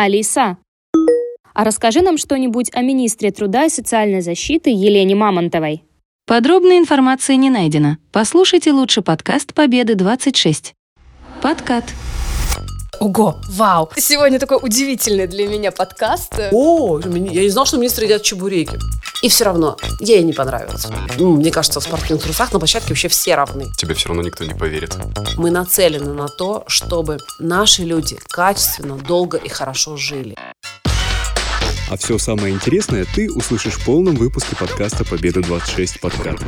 Алиса, а расскажи нам что-нибудь о министре труда и социальной защиты Елене Мамонтовой. Подробной информации не найдено. Послушайте лучше подкаст «Победы 26». Подкат. Ого, вау. Сегодня такой удивительный для меня подкаст. О, мини- я не знал, что министры едят чебуреки. И все равно, я ей не понравилась. М, Мне кажется, в спортивных трусах на площадке вообще все равны. Тебе все равно никто не поверит. Мы нацелены на то, чтобы наши люди качественно, долго и хорошо жили. А все самое интересное ты услышишь в полном выпуске подкаста «Победа 26 подката».